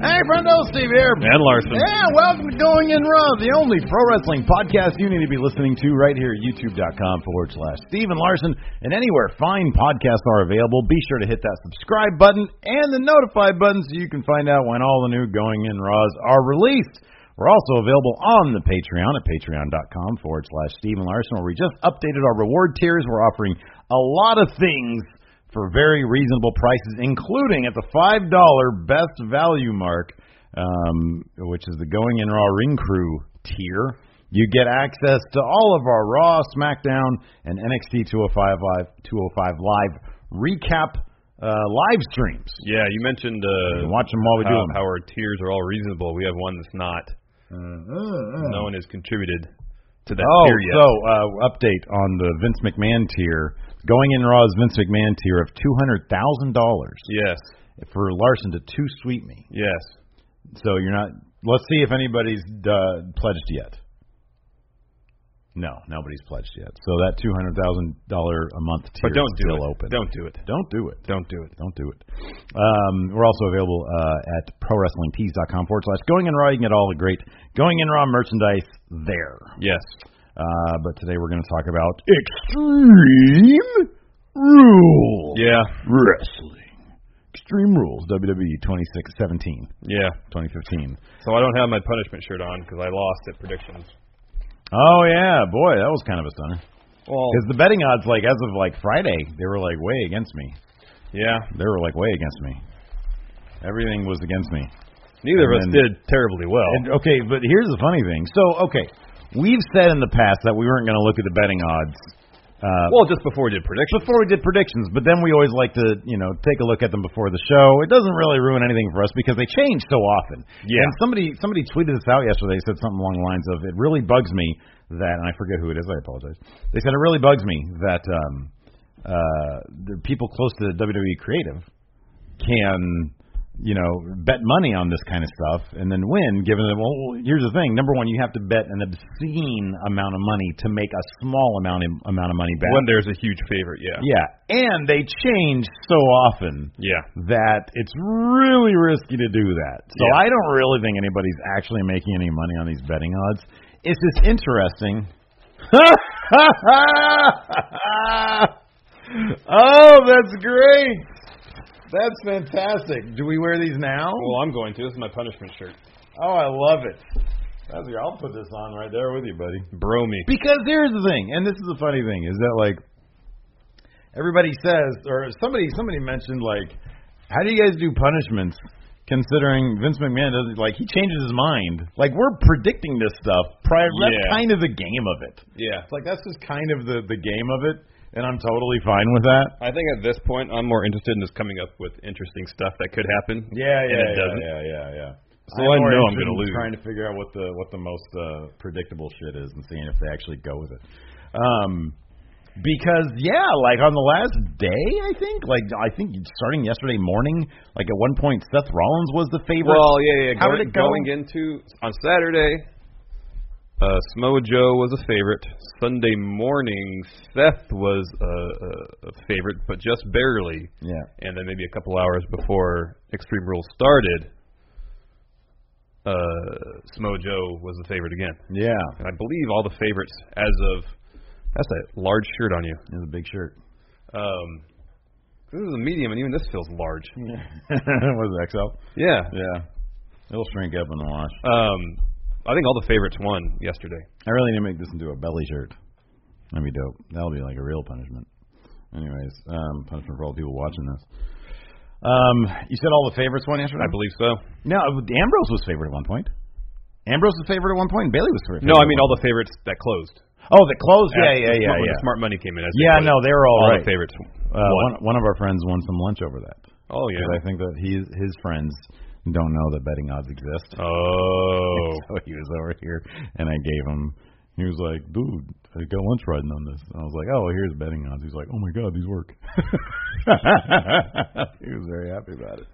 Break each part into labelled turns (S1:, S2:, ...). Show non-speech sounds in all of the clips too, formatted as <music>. S1: Hey, friendo, Steve here.
S2: And Larson.
S1: Yeah, welcome to Going In Raw, the only pro wrestling podcast you need to be listening to right here at youtube.com forward slash Steven Larson. And anywhere fine podcasts are available, be sure to hit that subscribe button and the notify button so you can find out when all the new Going In Raws are released. We're also available on the Patreon at patreon.com forward slash Steven Larson, where we just updated our reward tiers. We're offering a lot of things for very reasonable prices, including at the five dollar best value mark, um, which is the Going In Raw Ring Crew tier. You get access to all of our Raw, SmackDown, and NXT 205 Live, 205 Live recap uh, live streams.
S2: Yeah, you mentioned uh,
S1: You can watch them while we do
S2: how,
S1: them.
S2: how our tiers are all reasonable. We have one that's not. No one has contributed to that
S1: Hmm. Oh,
S2: tier yet.
S1: so uh, update on the Vince McMahon tier. Going in Raw's Vince McMahon tier of two hundred thousand dollars
S2: yes,
S1: for Larson to two sweet me.
S2: yes.
S1: So you're not. Let's see if anybody's uh, pledged yet. No, nobody's pledged yet. So that two hundred thousand dollar a month tier
S2: But don't
S1: is
S2: do
S1: still
S2: it.
S1: open.
S2: Don't do it.
S1: Don't do it.
S2: Don't do it.
S1: Don't do it. Um, we're also available uh, at prowrestlingtees.com forward slash going in raw. You can get all the great going in raw merchandise there.
S2: Yes.
S1: Uh, but today we're going to talk about extreme rules.
S2: Yeah.
S1: Wrestling. Extreme rules. E WWE 2617.
S2: Yeah.
S1: 2015.
S2: So I don't have my punishment shirt on because I lost at predictions.
S1: Oh yeah, boy, that was kind of a stunner.
S2: Well,
S1: Because the betting odds, like as of like Friday, they were like way against me.
S2: yeah.
S1: They were like way against me. Everything was against me.
S2: Neither of us
S1: And then-
S2: did terribly well.
S1: And, okay, but here's the funny thing. So okay, we've said in the past that we weren't going to look at the betting odds uh,
S2: well, just before we did predictions.
S1: before we did predictions, but then we always like to, you know, take a look at them before the show. It doesn't really ruin anything for us because they change so often.
S2: Yeah.
S1: And somebody somebody tweeted this out yesterday. Said something along the lines of, "It really bugs me that," and I forget who it is. I apologize. They said it really bugs me that um, uh, the people close to WWE creative can. You know, bet money on this kind of stuff and then win. Given that, well, here's the thing: number one, you have to bet an obscene amount of money to make a small amount of, amount of money back.
S2: When there's a huge favorite. Yeah.
S1: Yeah, and they change so often
S2: Yeah.
S1: that it's really risky to do that. So I
S2: Yeah.
S1: don't really think anybody's actually making any money on these betting odds. It's just interesting. <laughs> oh, that's great. That's fantastic. Do we wear these now?
S2: Well, I'm going to. This is my punishment shirt.
S1: Oh, I love it. That's, I'll put this on right there with you, buddy.
S2: Bro me.
S1: Because here's the thing, and this is the funny thing, is that like everybody says, or somebody somebody mentioned like, how do you guys do punishments? Considering Vince McMahon doesn't like he changes his mind. Like we're predicting this stuff prior. That's
S2: Yeah.
S1: kind of the game of it.
S2: Yeah.
S1: It's like that's just kind of the the game of it, and I'm totally fine with that.
S2: I think at this point, I'm more interested in just coming up with interesting stuff that could happen. and it doesn't.
S1: yeah, yeah, yeah.
S2: So I know I'm
S1: interested in
S2: gonna lose.
S1: Trying to figure out what the what the most uh, predictable shit is and seeing if they actually go with it. Um, because yeah, like on the last day, I think, like I think starting yesterday morning, like at one point Seth Rollins was the favorite.
S2: Well, yeah, yeah.
S1: How
S2: going,
S1: did it go?
S2: going into on Saturday, uh, Samoa Joe was a favorite. Sunday morning, Seth was a, a, a favorite, but just barely.
S1: yeah,
S2: And then maybe a couple hours before Extreme Rules started, uh, Smojo was the favorite again.
S1: Yeah.
S2: And I believe all the favorites as of that's a large shirt on you.
S1: It's a big shirt. <laughs>
S2: Um, this is a medium, and even this feels large.
S1: was it XL?
S2: Yeah.
S1: Yeah. It'll shrink up in the wash.
S2: Um, I think all the favorites won yesterday.
S1: I really need to make this into a belly shirt. That'd be dope. That'll be like a real punishment. Anyways, um, punishment for all the people watching this. Um, you said all the favorites won yesterday.
S2: I believe so.
S1: No, Ambrose was favorite at one point. Ambrose was favorite at one point. and Bailey was favorite.
S2: No, I mean all the favorites that closed.
S1: Oh, the clothes. Yeah,
S2: After
S1: yeah,
S2: the
S1: yeah, yeah.
S2: smart, when the smart money came in. as they
S1: yeah,
S2: put it.
S1: no, they were all
S2: all
S1: right.
S2: the favorites.
S1: Uh,
S2: won.
S1: one, one of our friends won some lunch over that.
S2: Oh yeah.
S1: 'Cause I think that he's his friends don't know that betting odds exist.
S2: Oh.
S1: <laughs> So he was over here, and I gave him. He was like, "Dude, I got lunch riding on this." And I was like, "Oh, here's betting odds." He's like, "Oh my god, these work." <laughs> he was very happy about it.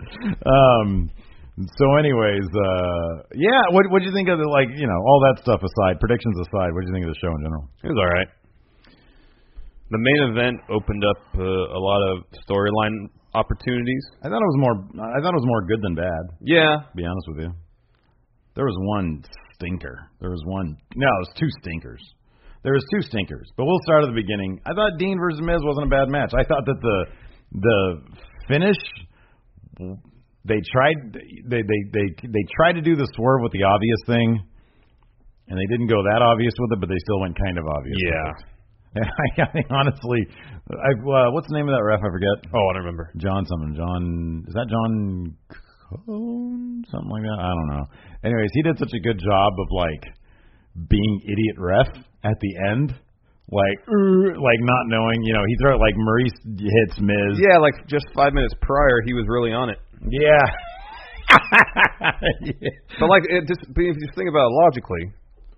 S1: Um. So, anyways, uh, yeah. What What do you think of the like? You know, all that stuff aside, predictions aside, what do you think of the show in general?
S2: It was all right. The main event opened up uh, a lot of storyline opportunities.
S1: I thought it was more. I thought it was more good than bad.
S2: Yeah.
S1: To be honest with you, there was one stinker. There was one. No, it was two stinkers. There was two stinkers. But we'll start at the beginning. I thought Dean versus Miz wasn't a bad match. I thought that the the finish they tried they they they they tried to do the swerve with the obvious thing, and they didn't go that obvious with it, but they still went kind of obvious. with
S2: Yeah.
S1: it. And <laughs> I, I think honestly, I, uh, what's the name of that ref? I forget.
S2: Oh, I don't remember.
S1: John something. John is that John Cohn? Something like that. I don't know. Anyways, he did such a good job of like being idiot ref at the end. Like, "Ooh," like not knowing, you know, he threw it like Maurice hits Miz.
S2: Yeah, like just five minutes prior, he was really on it.
S1: Yeah.
S2: But like, it just but if you think about it logically,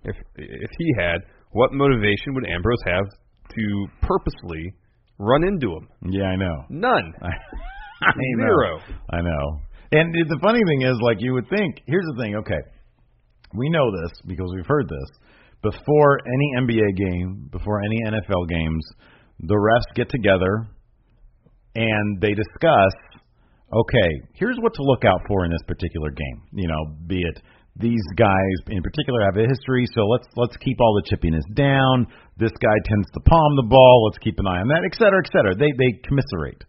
S2: if if he had, what motivation would Ambrose have to purposely run into him?
S1: <laughs> Yeah, I know. <laughs>
S2: None.
S1: I know.
S2: Zero.
S1: I know. And the funny thing is, like, you would think. Here's the thing. Okay, we know this because we've heard this. Before any NBA game, before any NFL games, the refs get together and they discuss. Okay, here's what to look out for in this particular game. You know, be it these guys in particular have a history, so let's let's keep all the chippiness down. This guy tends to palm the ball. Let's keep an eye on that, et cetera, et cetera. They they commiserate.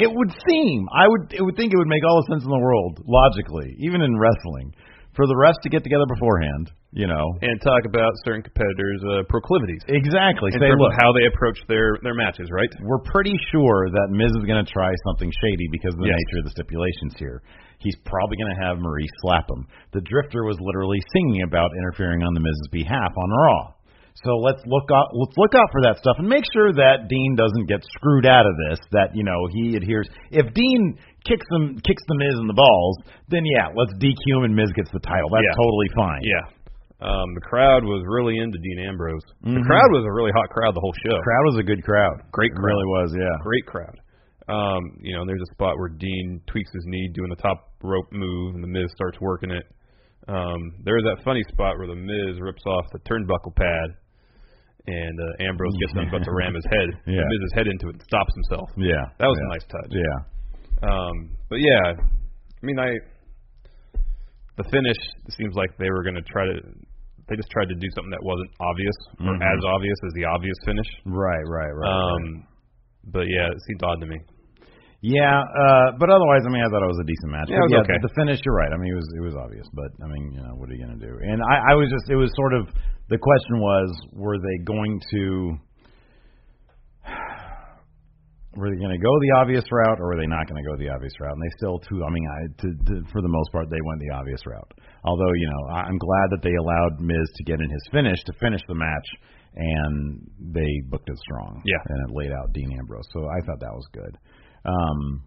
S1: It would seem I would it would think it would make all the sense in the world logically, even in wrestling, for the refs to get together beforehand. You know
S2: And talk about certain competitors' uh, proclivities
S1: exactly.
S2: in
S1: Say,
S2: terms
S1: look,
S2: of how they approach their their matches, right?
S1: we're pretty sure that Miz is going to try something shady because of the
S2: Yes.
S1: nature of the stipulations here. He's probably going to have Marie slap him. The Drifter was literally singing about interfering on the Miz's behalf on Raw. So let's look out. Let's look out for that stuff and make sure that Dean doesn't get screwed out of this. That you know he adheres. If Dean kicks him, kicks the Miz in the balls, then yeah, let's DQ him and Miz gets the title. That's
S2: Yeah.
S1: totally fine.
S2: Yeah. Um, the crowd was really into Dean Ambrose. The
S1: Mhm.
S2: crowd was a really hot crowd the whole show.
S1: Crowd was a good crowd.
S2: Great
S1: It really was. Yeah.
S2: Great crowd. Um, you know, and there's a spot where Dean tweaks his knee doing the top rope move, and the Miz starts working it. Um, there's that funny spot where the Miz rips off the turnbuckle pad, and uh, Ambrose gets up about to ram his head.
S1: <laughs> Yeah.
S2: The Miz's head into it and stops himself.
S1: Yeah.
S2: That was
S1: yeah.
S2: a nice touch.
S1: Yeah.
S2: Um, but yeah, I mean, I the finish seems like they were going to try to. They just tried to do something that wasn't obvious
S1: Mhm.
S2: or as obvious as the obvious finish.
S1: Right. Right. Right. right.
S2: Um, but yeah, it seems odd to me.
S1: Yeah, uh, but otherwise, I mean, I thought it was a decent match.
S2: Yeah, it
S1: But
S2: was okay.
S1: The finish, you're right. I mean, it was it was obvious, but I mean, you know, what are you gonna do? And I, I was just, it was sort of the question was, were they going to, were they gonna go the obvious route, or were they not gonna go the obvious route? And they still, too. I mean, I, to, to, for the most part, they went the obvious route. Although, you know, I, I'm glad that they allowed Miz to get in his finish to finish the match. And they booked it strong,
S2: Yeah.
S1: and it laid out Dean Ambrose. So I thought that was good. Um,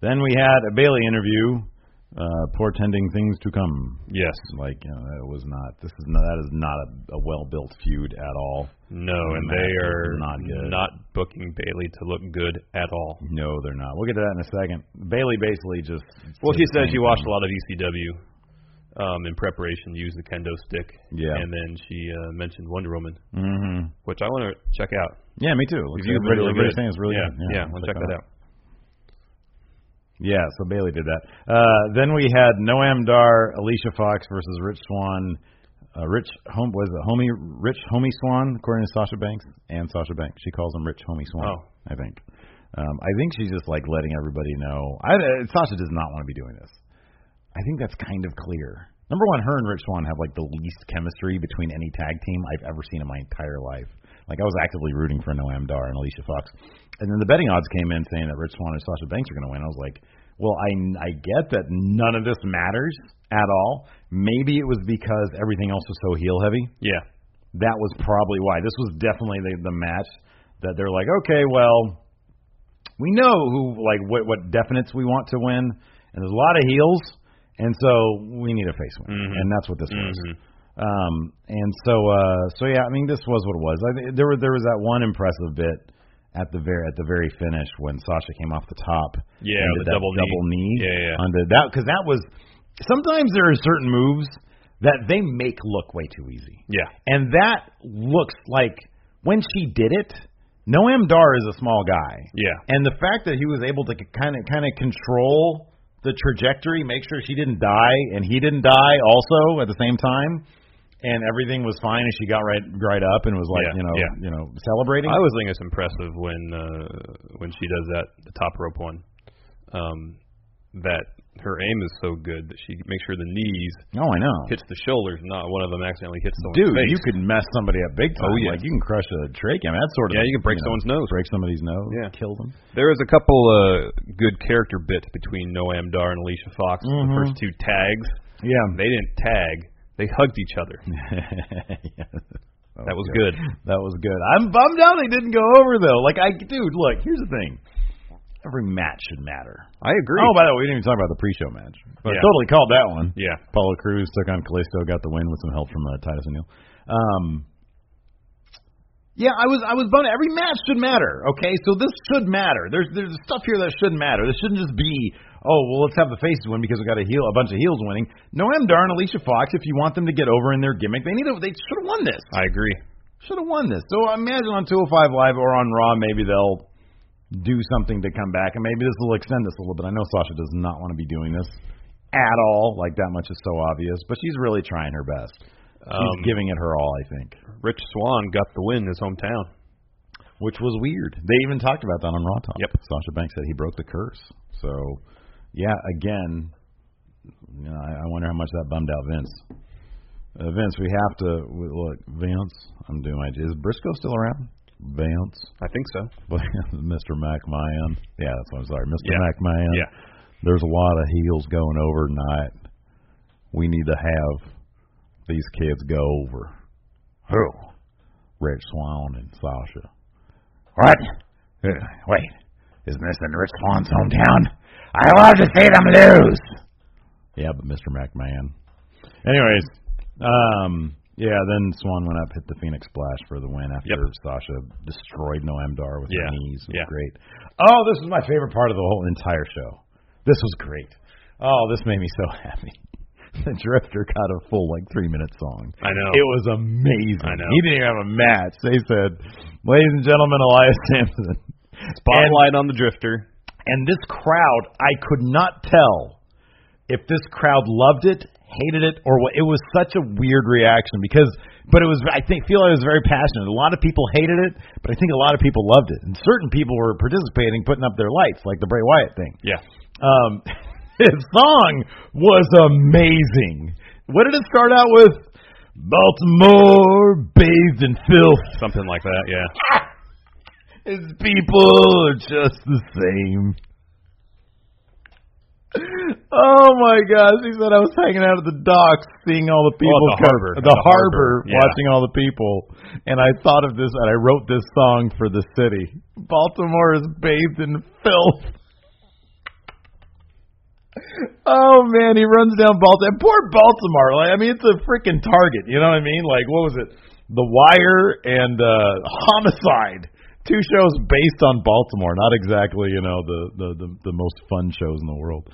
S1: then we had a Bailey interview, uh, portending things to come.
S2: Yes.
S1: Like you know, it was not. This is not, that is not a, a well built feud at all.
S2: No,
S1: The
S2: and
S1: match
S2: they
S1: was
S2: are
S1: not good.
S2: not booking Bailey to look good at all.
S1: No, they're not. We'll get to that in a second. Bailey basically just.
S2: Well,
S1: did
S2: she
S1: the
S2: said
S1: same
S2: she watched
S1: thing.
S2: a lot of ECW um, in preparation, used the kendo stick,
S1: Yeah.
S2: and then she uh, mentioned Wonder Woman,
S1: Mhm.
S2: which I want to check out.
S1: Yeah, me too. Looks
S2: If you
S1: like everybody-
S2: really
S1: everybody's
S2: good.
S1: saying it's really
S2: yeah,
S1: good.
S2: Yeah,
S1: let's
S2: we'll check that out.
S1: Yeah, so Bailey did that. Uh, then we had Noam Dar, Alicia Fox versus Rich Swan. Uh, Rich Home was it Homie Rich Homie Swan, according to Sasha Banks and Sasha Banks. She calls him Rich Homie Swan.
S2: Oh.
S1: I think. Um, I think she's just like letting everybody know. I, uh, Sasha does not want to be doing this. I think that's kind of clear. Number one, her and Rich Swan have like the least chemistry between any tag team I've ever seen in my entire life. Like I was actively rooting for Noam Dar and Alicia Fox, and then the betting odds came in saying that Rich Swan and Sasha Banks are going to win. I was like, well, I I get that none of this matters at all. Maybe it was because everything else was so heel heavy
S2: Yeah.
S1: that was probably why. This was definitely the, the match that they're like, okay, well, we know who like what what definites we want to win, and there's a lot of heels, and so we need a face win,
S2: Mhm.
S1: and that's what this was.
S2: Mhm.
S1: Um, and so uh, so yeah, I mean, this was what it was. I, thi- there was there was that one impressive bit at the very at the very finish when Sasha came off the top,
S2: Yeah,
S1: and
S2: the
S1: did that
S2: double knee.
S1: double knee,
S2: Yeah, yeah, yeah.
S1: onto that because that was sometimes there are certain moves that they make look way too easy.
S2: Yeah.
S1: And that looks like when she did it, Noam Dar is a small guy.
S2: Yeah.
S1: And the fact that he was able to kind of kind of control the trajectory, make sure she didn't die and he didn't die also at the same time, and everything was fine and she got right right up and was like,
S2: Yeah,
S1: you know,
S2: yeah.
S1: you know, celebrating.
S2: I always think it's impressive when uh, when she does that the top rope one. Um, that her aim is so good that she makes sure the knees
S1: oh, I know.
S2: hits the shoulders, not one of them accidentally hits someone's
S1: Dude,
S2: face.
S1: you could mess somebody up big time.
S2: Oh, yeah.
S1: Like you can crush a trachea. I mean, that's sort of
S2: Yeah, you can break
S1: know,
S2: someone's nose.
S1: break somebody's nose,
S2: Yeah.
S1: kill them.
S2: There was a couple uh, good character bits between Noam Dar and Alicia Fox. The first two tags,
S1: Yeah,
S2: they didn't tag; they hugged each other.
S1: <laughs> Yeah.
S2: That was good.
S1: That was good. I'm bummed out they didn't go over though. Like I dude, look, here's the thing. Every match should matter.
S2: I agree.
S1: Oh, by the way, we didn't even talk about the pre-show match. But I
S2: Yeah.
S1: totally called that one.
S2: yeah,
S1: Apollo Cruz took on Callisto, got the win with some help from uh, Titus O'Neil. Um, yeah, I was I was bummed. Every match should matter, okay? So this should matter. There's there's stuff here that should matter. This shouldn't just be oh well let's have the faces win because we got a heel a bunch of heels winning. Noam Dar and Alicia Fox, if you want them to get over in their gimmick, they need to they should have won this.
S2: I agree.
S1: Should have won this. So I imagine on 205 Live or on Raw, maybe they'll do something to come back, and maybe this will extend this a little bit. I know Sasha does not want to be doing this at all. Like that much is so obvious, but she's really trying her best. She's
S2: Um,
S1: giving it her all, I think,
S2: Rich Swan got the win in his hometown.
S1: which was weird. They even talked about that on Raw Talk.
S2: Yep.
S1: Sasha Banks said he broke the curse. So, yeah, again, you know, I, I wonder how much that bummed out Vince. Uh, Vince, we have to we- look. Vince, I'm doing my. Is Briscoe still around? Vince. <laughs>
S2: I think so.
S1: But Mr. McMahon. Yeah, that's what I'm sorry. Mr.
S2: Yeah.
S1: McMahon.
S2: Yeah.
S1: There's a lot of heels going over tonight. We need to have these kids go over. Who? Rich Swan and Sasha.
S3: What? Uh, Wait, isn't this in Rich Swan's hometown? I love to see them lose.
S1: Yeah, but Mr. McMahon. Anyways, um, yeah, then Swan went up, hit the Phoenix Splash for the win after
S2: Yep.
S1: Sasha destroyed Noam Dar with her
S2: Yeah.
S1: knees. It was
S2: Yeah.
S1: great. Oh, this was my favorite part of the whole entire show. This was great. Oh, this made me so <laughs> happy. The Drifter got a full like three minute song.
S2: I know.
S1: It was amazing.
S2: Oh. I know.
S1: He didn't even have a match. They said, "Ladies and gentlemen, Elias Sampson." And-
S2: Spotlight on the Drifter.
S1: and this crowd, I could not tell if this crowd loved it, hated it, or what. It was such a weird reaction because, but it was. I think feel like it was very passionate. A lot of people hated it, but I think a lot of people loved it, and certain people were participating, putting up their lights, like the Bray Wyatt thing.
S2: Yeah.
S1: Um, <laughs> his song was amazing. What did it start out with? Baltimore bathed in filth.
S2: Something like that. Yeah.
S1: His people are just the same. Oh my gosh, he said I was hanging out at the docks seeing all the people
S2: Oh, at the
S1: come-
S2: harbor.
S1: the,
S2: At the
S1: harbor,
S2: harbor, yeah.
S1: watching all the people and I thought of this and I wrote this song for the city. Baltimore is bathed in filth. Oh man, he runs down Baltimore. Poor Baltimore. Like, I mean, it's a freaking target. You know what I mean? Like, what was it? The Wire and uh, Homicide. Two shows based on Baltimore. Not exactly, you know, the the the, the most fun shows in the world.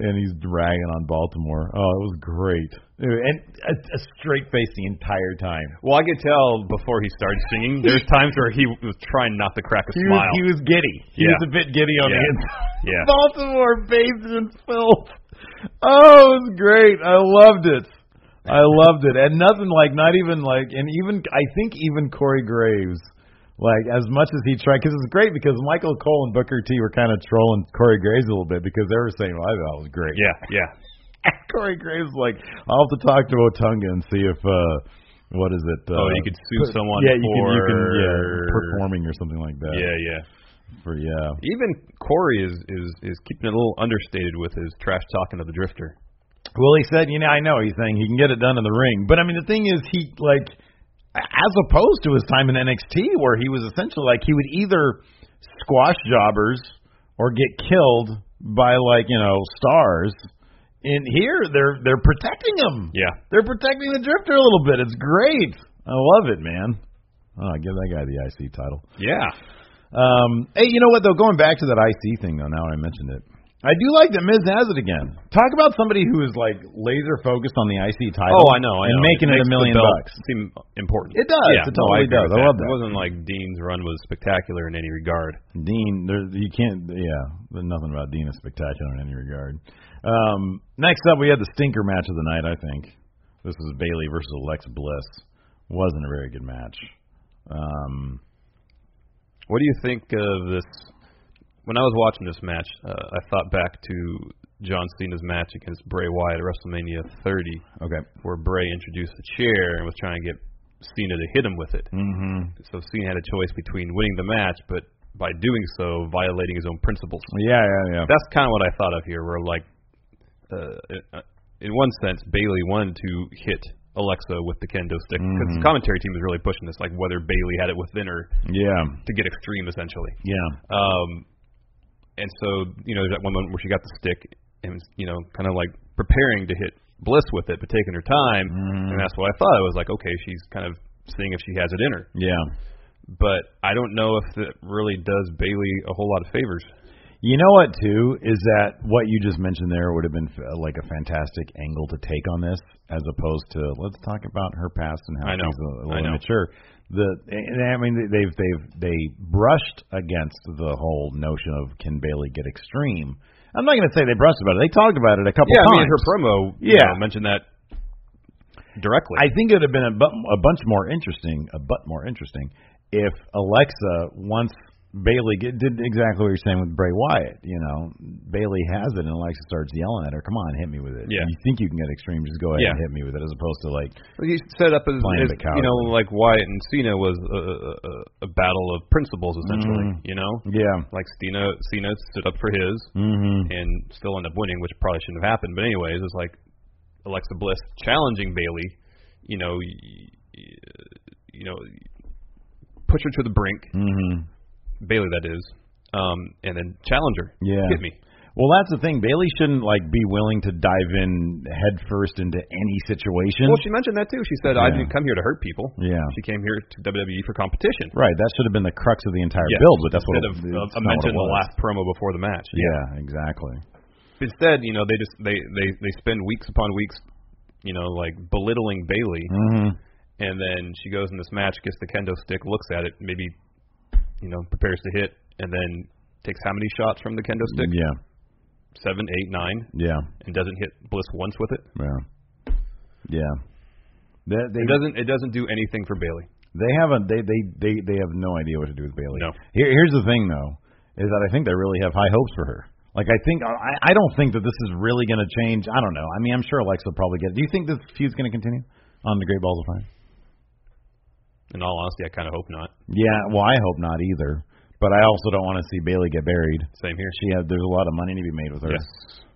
S1: and he's dragging on Baltimore. Oh, it was great, and a,
S2: uh,
S1: a straight face the entire time.
S2: Well, I could tell before he started singing. There's times where he was trying not to crack a
S1: He was,
S2: smile.
S1: he was giddy. He
S2: Yeah.
S1: was a bit giddy on the
S2: Yeah.
S1: inside.
S2: <laughs> yeah.
S1: Baltimore bathed in filth. Oh, it was great. I loved it. I loved it. And nothing like, not even like, and even, I think even Corey Graves, like, as much as he tried, because it's great because Michael Cole and Booker T were kind of trolling Corey Graves a little bit because they were saying, well, I thought it was great.
S2: Yeah, yeah.
S1: <laughs> Corey Graves, like, I'll have to talk to Otunga and see if, uh, what is it?
S2: Oh,
S1: uh,
S2: you could sue
S1: per-
S2: someone
S1: Yeah, you can, you can,
S2: for-
S1: yeah, performing or something like that.
S2: Yeah, yeah.
S1: For, yeah.
S2: Even Corey is is is keeping it a little understated with his trash talking to the drifter.
S1: Well, he said, you know, I know he's saying he can get it done in the ring, but I mean, the thing is, he like, as opposed to his time in NXT, where he was essentially like he would either squash jobbers or get killed by like you know stars. In here, they're they're protecting him.
S2: Yeah.
S1: They're protecting the Drifter a little bit. It's great. I love it, man. Oh, give that guy the IC title.
S2: Yeah.
S1: Um, hey, you know what though? Going back to that IC thing though, now I mentioned it. I do like that Miz has it again. Talk about somebody who is like laser focused on the IC title.
S2: Oh, I know. I
S1: and
S2: know.
S1: making it, a
S2: makes the
S1: million
S2: belt
S1: bucks.
S2: seem important.
S1: It does.
S2: Yeah,
S1: It
S2: no,
S1: totally
S2: agree
S1: does.
S2: with
S1: I love that.
S2: It wasn't like Dean's run was spectacular in any regard.
S1: Dean, there, you can't. Yeah, there's nothing about Dean is spectacular in any regard. Um, next up, we had the stinker match of the night. I think this is Bailey versus Alexa Bliss. Wasn't a very good match. Um,
S2: What do you think of this? When I was watching this match, uh, I thought back to John Cena's match against Bray Wyatt at WrestleMania 30,
S1: okay.
S2: where Bray introduced the chair and was trying to get Cena to hit him with it.
S1: Mm-hmm.
S2: So Cena had a choice between winning the match, but by doing so, violating his own principles.
S1: Yeah, yeah, yeah.
S2: That's kind of what I thought of here, where like, uh, in one sense, Bailey wanted to hit Alexa with the kendo stick. 'Cause the commentary team was really pushing this, like whether Bailey had it within her
S1: Yeah,
S2: to get extreme, essentially.
S1: yeah.
S2: Um, and so you know, there's that one moment where she got the stick and was, you know, kind of like preparing to hit Bliss with it, but taking her time. And that's what I thought. I was like, okay, she's kind of seeing if she has it in her.
S1: Yeah.
S2: But I don't know if it really does Bailey a whole lot of favors.
S1: You know what, too, is that what you just mentioned there would have been uh, like a fantastic angle to take on this, as opposed to let's talk about her past and how
S2: I know.
S1: she's a
S2: I
S1: little
S2: know.
S1: immature. The and I mean they've they've they brushed against the whole notion of can Bailey get extreme. I'm not going to say they brushed about it. They talked about it a couple
S2: Yeah, I
S1: times.
S2: mean, her promo you
S1: Yeah.
S2: know, mentioned that directly.
S1: I think it would have been a, bu- a bunch more interesting, a but more interesting, if Alexa once Bailey get, did exactly what you're saying with Bray Wyatt. You know, Bailey has it, and Alexa starts yelling at her, "Come on, hit me with it!
S2: Yeah.
S1: You think you can get extreme? Just go ahead
S2: Yeah.
S1: and hit me with it." As opposed to like,
S2: Well, you set up as,
S1: Playing the
S2: as you know,
S1: cowardly.
S2: like Wyatt and Cena was a, a, a- a battle of principles, essentially. You know,
S1: yeah,
S2: like Cena Cena stood up for his
S1: mm-hmm.
S2: and still ended up winning, which probably shouldn't have happened. But anyways, it's like Alexa Bliss challenging Bailey. You know, y- y- you know, push her to the brink,
S1: Mm-hmm.
S2: Bailey that is, um, and then challenge her.
S1: Yeah.
S2: hit me.
S1: Well, that's the thing. Bailey shouldn't like be willing to dive in headfirst into any situation.
S2: Well, she mentioned that too. She said, "I
S1: Yeah.
S2: didn't come here to hurt people.
S1: Yeah.
S2: she came here to WWE for competition."
S1: right. That should have been the crux of the entire
S2: Yes.
S1: build, but that's what
S2: instead
S1: it,
S2: of, of
S1: it's
S2: a
S1: not what
S2: mention
S1: it
S2: in the
S1: was.
S2: last promo before the match.
S1: Yeah, exactly.
S2: Instead, you know, they just they they they spend weeks upon weeks, you know, like belittling Bailey,
S1: Mm-hmm.
S2: and then she goes in this match, gets the kendo stick, looks at it, maybe, you know, prepares to hit, and then takes how many shots from the kendo stick?
S1: Yeah. Mm-hmm.
S2: Seven, eight, nine,
S1: Yeah.
S2: and doesn't hit Bliss once with it.
S1: Yeah. Yeah. They, they
S2: It doesn't it doesn't do anything for Bailey.
S1: they haven't they, they they they have no idea what to do with Bailey.
S2: No.
S1: Here here's the thing though, is that I think they really have high hopes for her. Like I think I, I don't think that this is really going to change. I don't know. I mean I'm sure Alexa will probably get. it. Do you think this feud's going to continue on the Great Balls of Fire?
S2: In all honesty, I kind of hope not.
S1: Yeah. Well, I hope not either. But I also don't want to see Bailey get buried.
S2: Same here.
S1: She had there's a lot of money to be made with her.
S2: Yes.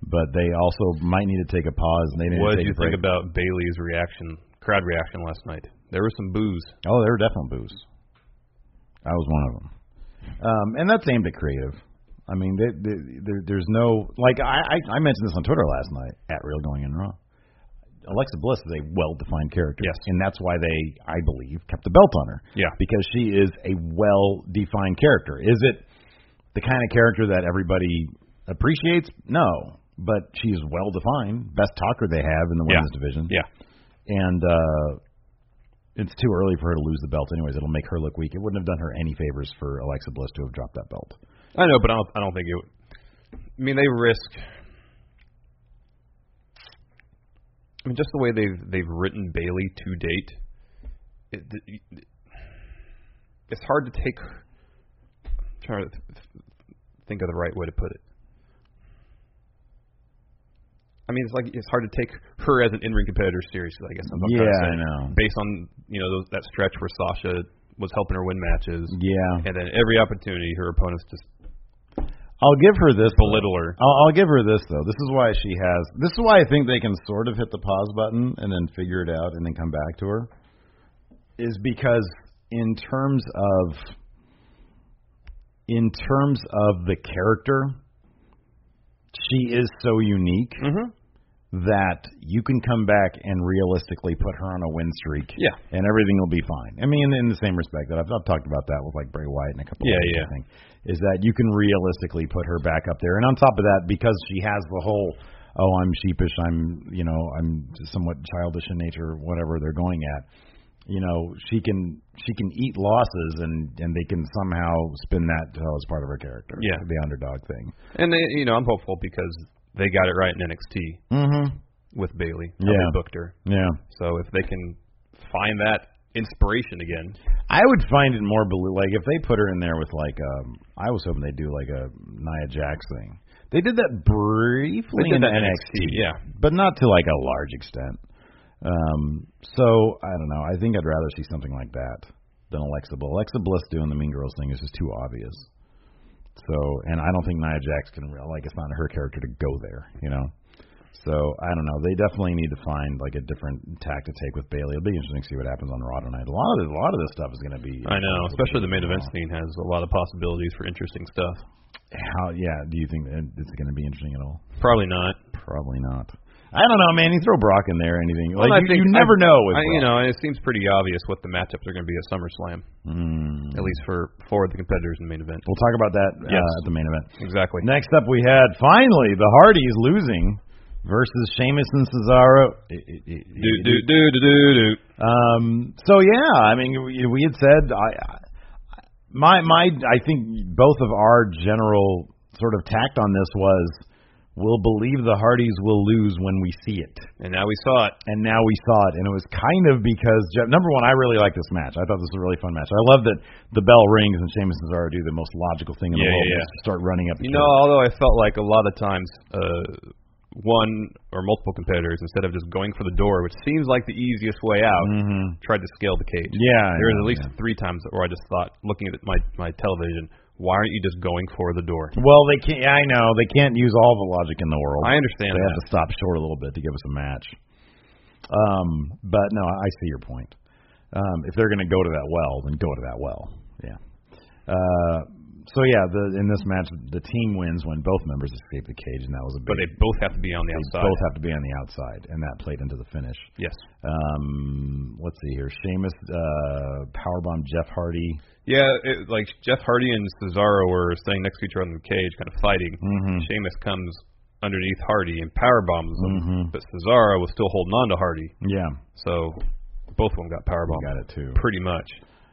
S1: But they also might need to take a pause. And they didn't
S2: What
S1: take
S2: did you
S1: a break.
S2: think about Bailey's reaction, crowd reaction last night? There was some booze.
S1: Oh, there were definitely boos. I was one of them. Um, and that's aimed at creative. I mean, there there there- there's no like I, I I mentioned this on Twitter last night at Real Going In Raw. Alexa Bliss is a well-defined character,
S2: Yes.
S1: and that's why they, I believe, kept the belt on her.
S2: Yeah.
S1: because she is a well-defined character. Is it the kind of character that everybody appreciates? No, but she's well defined. Best talker they have in the
S2: Yeah.
S1: women's division.
S2: Yeah.
S1: And uh, it's too early for her to lose the belt, anyways. It'll make her look weak. It wouldn't have done her any favors for Alexa Bliss to have dropped that belt.
S2: I know, but I don't. I don't think it. would. I mean, they risk. I mean, just the way they've they've written Bailey to date, it, it, it's hard to take. her- I'm trying to th- think of the right way to put it. I mean, it's like it's hard to take her as an in-ring competitor seriously. I guess that's what I'm trying to
S1: Yeah,
S2: say.
S1: I know.
S2: Based on you know those, that stretch where Sasha was helping her win matches,
S1: Yeah.
S2: and then every opportunity her opponents just
S1: I'll give her this.
S2: belittle her.
S1: I'll, I'll give her this though. This is why she has. This is why I think they can sort of hit the pause button and then figure it out and then come back to her. Is because in terms of in terms of the character, she is so unique
S2: Mm-hmm.
S1: that you can come back and realistically put her on a win streak.
S2: Yeah.
S1: And everything will be fine. I mean, in the same respect that I've, I've talked about that with like Bray Wyatt and a couple
S2: Yeah,
S1: others,
S2: yeah.
S1: I think, is that you can realistically put her back up there. And on top of that, because she has the whole, oh, I'm sheepish, I'm, you know, I'm somewhat childish in nature, whatever they're going at. You know, she can she can eat losses and and they can somehow spin that oh, as part of her character.
S2: Yeah.
S1: the underdog thing.
S2: And they, you know, I'm hopeful because they got it right in NXT
S1: Mm-hmm.
S2: with Bailey.
S1: Yeah.
S2: they booked her.
S1: Mm-hmm. Yeah.
S2: So if they can find that inspiration again,
S1: I would find it more believe like if they put her in there with like um I was hoping they'd do like a Nia Jax thing. They did that briefly
S2: They
S1: in
S2: did that
S1: NXT,
S2: in NXT, yeah.
S1: but not to like a large extent. Um, so I don't know. I think I'd rather see something like that than Alexa Bliss. Alexa Bliss doing the Mean Girls thing is just too obvious. So, and I don't think Nia Jax can real like it's not her character to go there, you know. So I don't know. They definitely need to find like a different tack to take with Bailey. It'll be interesting to see what happens on Raw tonight. A lot of a lot of this stuff is going to be.
S2: I know, especially the main event scene has a lot of possibilities for interesting stuff.
S1: How? Yeah. Do you think that it's going to be interesting at all?
S2: Probably not.
S1: Probably not. I don't know, man. You throw Brock in there, or anything like
S2: Well, I
S1: you,
S2: think-
S1: you never
S2: I-
S1: know. With
S2: I, you
S1: Brock.
S2: know, and it seems pretty obvious what the matchups are going to be at SummerSlam,
S1: Mm.
S2: at least for for the competitors in the main event.
S1: We'll talk about that
S2: Yes.
S1: uh, at the main event.
S2: Exactly.
S1: Next up, we had finally the Hardys losing versus Sheamus and Cesaro.
S2: Do do do do do do.
S1: Um, so yeah, I mean, we, we had said I, I, my my I think both of our general sort of tact on this was we'll believe the Hardys will lose when we see it,
S2: And now we saw it.
S1: and now we saw it, and it was kind of because Jeff, number one, I really like this match. I thought this was a really fun match. I love that the bell rings and Sheamus and Cesaro do the most logical thing in
S2: Yeah,
S1: the world,
S2: yeah,
S1: which is start running up. the
S2: You know,
S1: curb.
S2: although I felt like a lot of times uh, one or multiple competitors, instead of just going for the door, which seems like the easiest way out,
S1: Mhm.
S2: tried to scale the cage.
S1: yeah, I
S2: there was
S1: know,
S2: at least
S1: yeah.
S2: three times where I just thought, looking at my my television, why aren't you just going for the door?
S1: Well, they can't. I know they can't use all the logic in the world.
S2: I understand
S1: They
S2: that.
S1: have to stop short a little bit to give us a match. Um, but no, I see your point. Um, if they're going to go to that well, then go to that well. Yeah. Uh, so yeah, the, in this match, the team wins when both members escape the cage, and that was a big.
S2: But they both have to be on the
S1: they
S2: outside.
S1: both have to be on the outside, and that played into the finish.
S2: yes.
S1: Um, let's see here. Sheamus uh, powerbomb Jeff Hardy.
S2: Yeah, it, like Jeff Hardy and Cesaro were staying next to each other in the cage, kind of fighting.
S1: Mhm.
S2: Sheamus comes underneath Hardy and power bombs him,
S1: Mhm.
S2: but Cesaro was still holding on to Hardy,
S1: Yeah,
S2: so both of them got power bombed.
S1: got it too.
S2: Pretty much.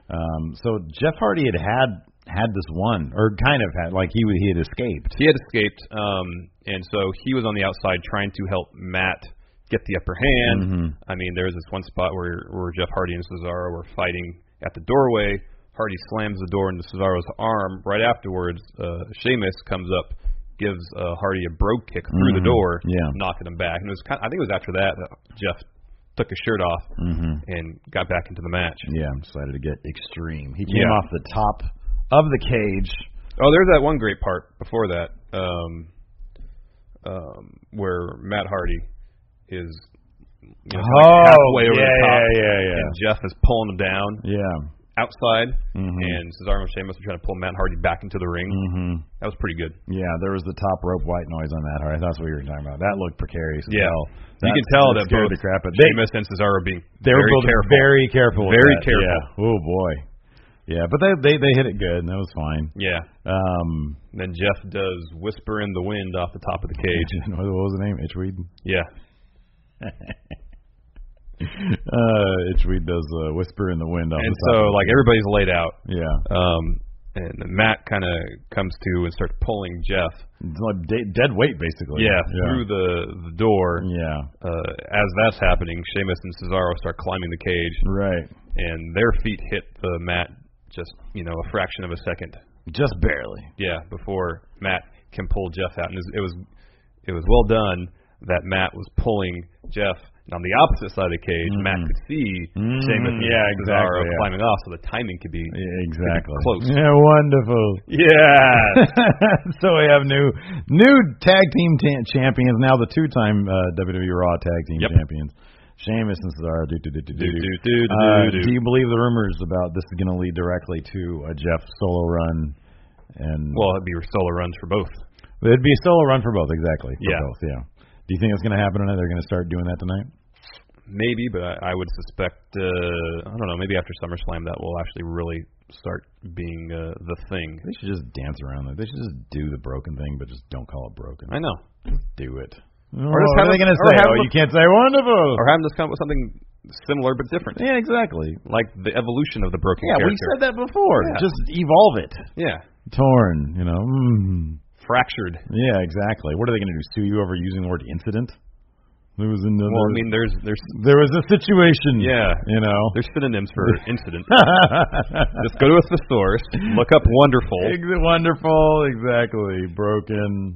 S1: Um, so Jeff Hardy had had had this one, or kind of had, like he he had escaped.
S2: He had escaped, um, and so he was on the outside trying to help Matt get the upper hand.
S1: Mhm.
S2: I mean, there was this one spot where where Jeff Hardy and Cesaro were fighting at the doorway. Hardy slams the door into Cesaro's arm. Right afterwards, uh, Sheamus comes up, gives uh, Hardy a brogue kick through
S1: Mhm.
S2: the door,
S1: Yeah.
S2: knocking him back. And it was kind I think it was after that that Jeff took his shirt off
S1: Mm-hmm.
S2: and got back into the match.
S1: Yeah, I'm excited to get extreme. He came
S2: Yeah.
S1: off the top of the cage.
S2: Oh, there's that one great part before that, um, um, where Matt Hardy is you know, kind of like halfway over
S1: Oh, yeah,
S2: the top,
S1: yeah, yeah,
S2: and Jeff is pulling him down
S1: yeah, yeah.
S2: outside,
S1: Mhm.
S2: and Cesaro and Sheamus are trying to pull Matt Hardy back into the ring.
S1: Mm-hmm.
S2: That was pretty good.
S1: Yeah, there was the top rope white noise on that. All right, that's what we were talking about. That looked precarious. as
S2: Yeah.
S1: well.
S2: you can tell that
S1: scared
S2: both
S1: the crap out. They,
S2: Sheamus and Cesaro are being
S1: they were
S2: very
S1: both
S2: careful.
S1: very careful. With
S2: Very
S1: that.
S2: careful.
S1: Yeah. Oh boy. Yeah, but they they they hit it good, and that was fine.
S2: Yeah.
S1: Um,
S2: And then Jeff does whisper in the wind off the top of the cage.
S1: Cage, <laughs> what was the name? Itchweed.
S2: Yeah.
S1: Uh, Itchweed does uh, whisper in the wind. Off
S2: And
S1: the
S2: so
S1: top.
S2: like everybody's laid out.
S1: yeah,
S2: Um and Matt kind of comes to and starts pulling Jeff,
S1: it's like de- dead weight basically.
S2: yeah,
S1: yeah. Mm.
S2: through the the door.
S1: yeah,
S2: Uh, as that's happening, Sheamus and Cesaro start climbing the cage,
S1: right,
S2: and their feet hit the mat just you know a fraction of a second.
S1: just barely.
S2: Yeah, before Matt can pull Jeff out, and it was it was well done that Matt was pulling Jeff. And on the opposite side of the cage, Matt could see
S1: Mhm.
S2: Sheamus and
S1: Mm-hmm. Yeah,
S2: Cesaro
S1: exactly, yeah.
S2: climbing off, so the timing could be
S1: Yeah, E-, exactly.
S2: Close.
S1: Yeah, wonderful. <laughs>
S2: yeah.
S1: so we have new new tag team ta- champions now, the two time uh, WWE Raw tag team
S2: Yep.
S1: champions. Sheamus and Cesaro. Do, do, do, do, do,
S2: Do, do,
S1: do.
S2: do, do,
S1: Uh,
S2: do.
S1: do you believe the rumors about this is going to lead directly to a Jeff solo run? And
S2: <laughs> Well, it'd be solo runs for both.
S1: it'd be a solo run for both, exactly. For
S2: Yeah.
S1: both, yeah. Do you think it's going to happen tonight? They're going to start doing that tonight?
S2: Maybe, but I, I would suspect uh, I don't know. Maybe after SummerSlam, that will actually really start being uh, the thing.
S1: They should just dance around it. They should just do the broken thing, but just don't call it broken.
S2: I know.
S1: Do it.
S2: just
S1: what are
S2: have
S1: they
S2: a-
S1: going to
S2: or
S1: say?
S2: have
S1: Oh,
S2: a-
S1: you can't say wonderful.
S2: Or having this come up with something similar but different,
S1: Yeah, exactly.
S2: like the evolution of the broken
S1: Yeah, we
S2: character.
S1: said that before.
S2: Yeah.
S1: Just evolve it.
S2: Yeah,
S1: Torn, you know. Mm.
S2: fractured.
S1: Yeah, exactly. What are they going to do? Sue you over using the word incident? There was another.
S2: Well, I mean, there's there's
S1: there was a situation.
S2: Yeah.
S1: you know. <laughs>
S2: there's synonyms <laughs> for incident. Just go to a thesaurus, look up wonderful.
S1: Ex- Wonderful, exactly. Broken.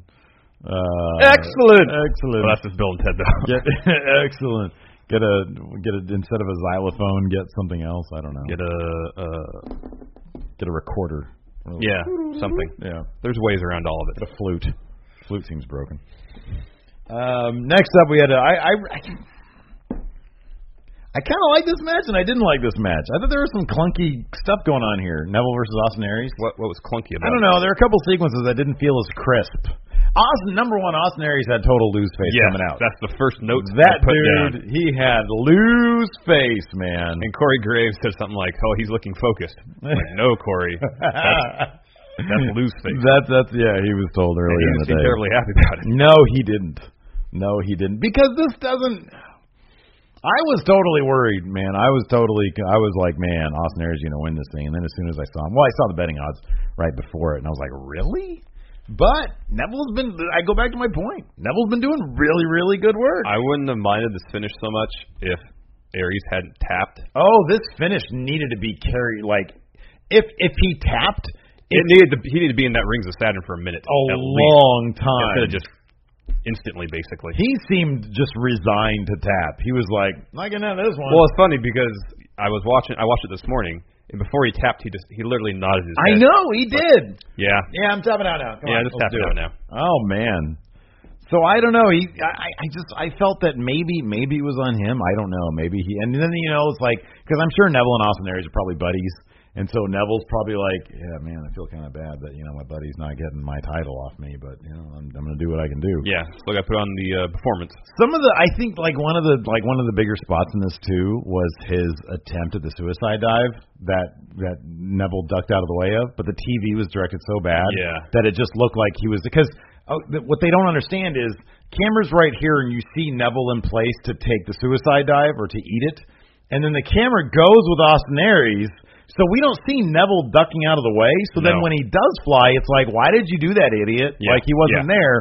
S1: Uh,
S2: Excellent.
S1: Excellent.
S2: Well, that's just Bill and Ted though.
S1: Get, <laughs> excellent. Get a get a instead of a xylophone, get something else. I don't know.
S2: <laughs> Get a uh,
S1: Get a recorder.
S2: yeah something.
S1: Yeah.
S2: There's ways around all of it.
S1: The flute. Flute seems broken. Um, next up, we had a. I I, I kind of like this match, and I didn't like this match. I thought there was some clunky stuff going on here. Neville versus Austin Aries.
S2: What what was clunky
S1: I
S2: about?
S1: don't know. There are a couple sequences I didn't feel as crisp. Austin, number one, Austin Aries had total lose face
S2: Yeah,
S1: coming out.
S2: that's the first note
S1: that
S2: put down.
S1: dude, he had lose face, man.
S2: And Corey Graves said something like, "Oh, he's looking
S1: <laughs>
S2: focused." I'm like, no, Corey, that's, that's lose face.
S1: That's that's yeah. He was told
S2: he
S1: earlier in
S2: didn't
S1: the
S2: seem
S1: day.
S2: terribly happy about it.
S1: No, he didn't. No, he didn't. Because this doesn't. I was totally worried, man. I was totally. I was like, man, Austin Aries is going to win this thing. And then as soon as I saw him, well, I saw the betting odds right before it, and I was like, really? But Neville's been. I go back to my point. Neville's been doing really, really good work.
S2: <laughs> I wouldn't have minded this finish so much if Aries hadn't tapped.
S1: oh, this finish needed to be carried. Like, if if he tapped,
S2: It needed to, he needed to be in that Rings of Saturn for a minute.
S1: a
S2: at least.
S1: long time.
S2: Instead of just instantly, basically.
S1: he seemed just resigned to tap. He was like, I can have this one.
S2: well, it's funny because I was watching. I watched it this morning, and before he tapped, he just he literally nodded his
S1: I
S2: head.
S1: know he did.
S2: Yeah.
S1: Yeah, I'm tapping out now. Come on,
S2: Yeah, just
S1: let's do
S2: tapping out
S1: it.
S2: now.
S1: Oh man. So I don't know. He, I, I I just, I felt that maybe, maybe it was on him. I don't know. Maybe he, and then you know, it's like because I'm sure Neville and Austin Aries are probably buddies, and so Neville's probably like, yeah, man, I feel kind of bad that you know my buddy's not getting my title off me, but you know, I'm, I'm gonna do what I can do.
S2: Yeah. So I put on the uh, performance.
S1: Some of the, I think, like one of the, like one of the bigger spots in this too was his attempt at the suicide dive that that Neville ducked out of the way of, but the TV was directed so bad
S2: Yeah.
S1: that it just looked like he was because uh, th- what they don't understand is cameras right here and you see Neville in place to take the suicide dive or to eat it, and then the camera goes with Austin Aries. So we don't see Neville ducking out of the way. So then
S2: No.
S1: when he does fly, it's like, why did you do that, idiot?
S2: Yeah,
S1: Like he wasn't
S2: yeah.
S1: there.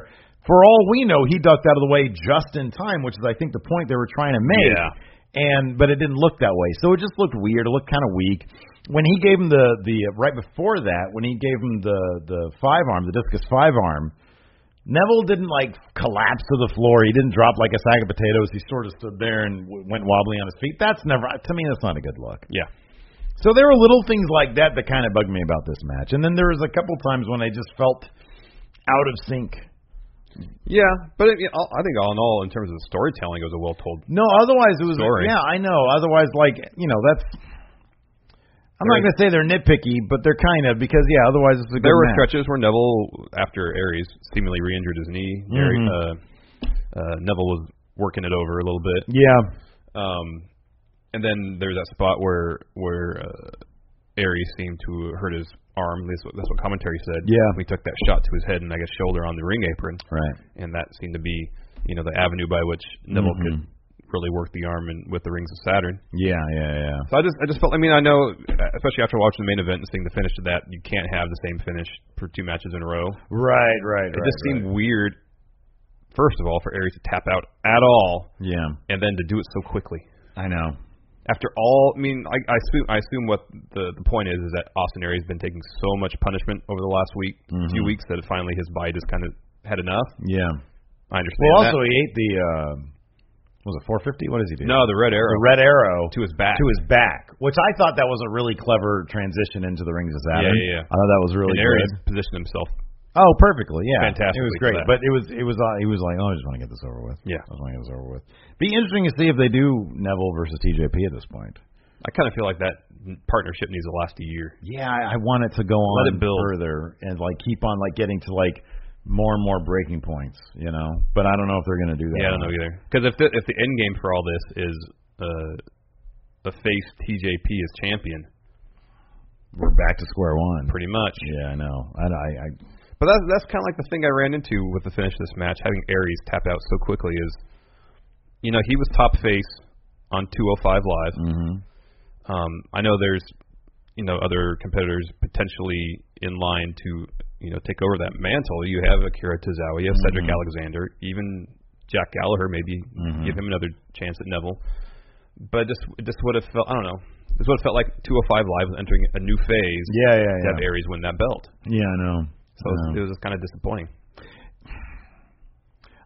S1: For all we know, he ducked out of the way just in time, which is I think the point they were trying to make.
S2: Yeah.
S1: And but it didn't look that way, so it just looked weird. It looked kind of weak. When he gave him the the right before that, when he gave him the the five arm, the discus five arm, Neville didn't like collapse to the floor. He didn't drop like a sack of potatoes. He sort of stood there and w- went wobbly on his feet. That's never to me. That's not a good look.
S2: Yeah.
S1: So there were little things like that that kind of bugged me about this match. And then there was a couple times when I just felt out of sync.
S2: Yeah, but it, yeah, all- I think all in all, in terms of the storytelling, it was a well told.
S1: No, otherwise it was.
S2: Story.
S1: Yeah, I know. Otherwise, like you know, that's. I'm not
S2: There-
S1: gonna say they're nitpicky, but they're kind of because yeah. Otherwise, it's a good
S2: There were
S1: match.
S2: stretches where Neville, after Aries seemingly re-injured his knee, Aries, uh, uh, Neville was working it over a little bit.
S1: Yeah,
S2: Um, and then there's that spot where where uh, Aries seemed to hurt his arm. That's what, that's what commentary said.
S1: Yeah.
S2: When he took that shot to his head and I guess shoulder on the ring apron.
S1: Right.
S2: And that seemed to be, you know, the avenue by which Neville could really work the arm and with the rings of Saturn.
S1: Yeah, yeah, yeah.
S2: So I just I just felt I mean I know especially after watching the main event and seeing the finish to that you can't have the same finish for two matches in a row.
S1: Right, right,
S2: It just seemed weird first of all for Aries to tap out at all
S1: Yeah,
S2: and then to do it so quickly.
S1: I know.
S2: After all, I mean I, I assume I assume what the the point is is that Austin Aries has been taking so much punishment over the last week
S1: Mm-hmm.
S2: few weeks that finally his body just kind of had enough.
S1: Yeah.
S2: I understand.
S1: Well,
S2: that.
S1: also he ate the uh, was it 450? What does he do?
S2: no the red arrow
S1: the red arrow
S2: to his back
S1: to his back, which I thought that was a really clever transition into the rings of
S2: Yeah,
S1: Saturn.
S2: yeah, yeah.
S1: I thought that was really
S2: and Aries
S1: good.
S2: positioned himself.
S1: Oh, perfectly. Yeah, It
S2: Fantastically
S1: was
S2: for
S1: great,
S2: that.
S1: but it was it was uh, he was like, oh, I just want to get this over with. I
S2: Yeah.
S1: just want to get this over with. Be interesting to see if they do Neville versus TJP at this point.
S2: I kind of feel like that partnership needs to last a year.
S1: Yeah, I, I want it to go on
S2: it build.
S1: further and like keep on like getting to like more and more breaking points, you know. But I don't know if they're gonna do that.
S2: Yeah, I don't know either. Because if the if the end game for all this is uh, a face TJP as champion,
S1: We're back to square one.
S2: pretty much.
S1: Yeah, I know. I, I, I
S2: But that's that's kind of like the thing I ran into with the finish of this match, having Aries tap out so quickly is, you know, he was top face on 205 Live.
S1: Mm-hmm.
S2: Um, I know there's, you know, other competitors potentially in line to, you know, take over that mantle. You have Akira Tozawa, you have Cedric
S1: Mm-hmm.
S2: Alexander, even Jack Gallagher. Maybe give him another chance at Neville. But just just would have felt I don't know. This would have felt like 205 Live was entering a new phase.
S1: yeah, yeah,
S2: To
S1: yeah.
S2: have Aries win that belt.
S1: Yeah, I know.
S2: So
S1: I
S2: it was-
S1: know.
S2: it was just kind of disappointing.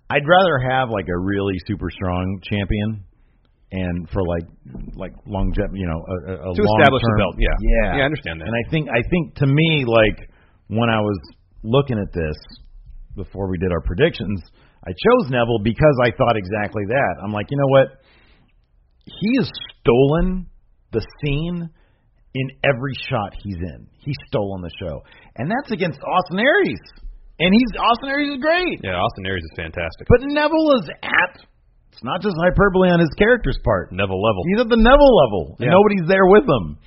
S1: I'd rather have like a really super strong champion, and for like like long, you know, a, a- a
S2: to establish
S1: long-term-
S2: a belt. Yeah.
S1: yeah,
S2: Yeah, I understand that.
S1: And I think I think to me, like when I was looking at this before we did our predictions, I chose Neville because I thought exactly that. I'm like, you know what? He has stolen the scene in every shot he's in. He's stolen the show, and that's against Austin Aries. And he's Austin Aries is great.
S2: yeah, Austin Aries is fantastic.
S1: But Neville is at. It's not just hyperbole on his character's part.
S2: Neville level.
S1: He's at the Neville level, and
S2: Yeah.
S1: nobody's there with him.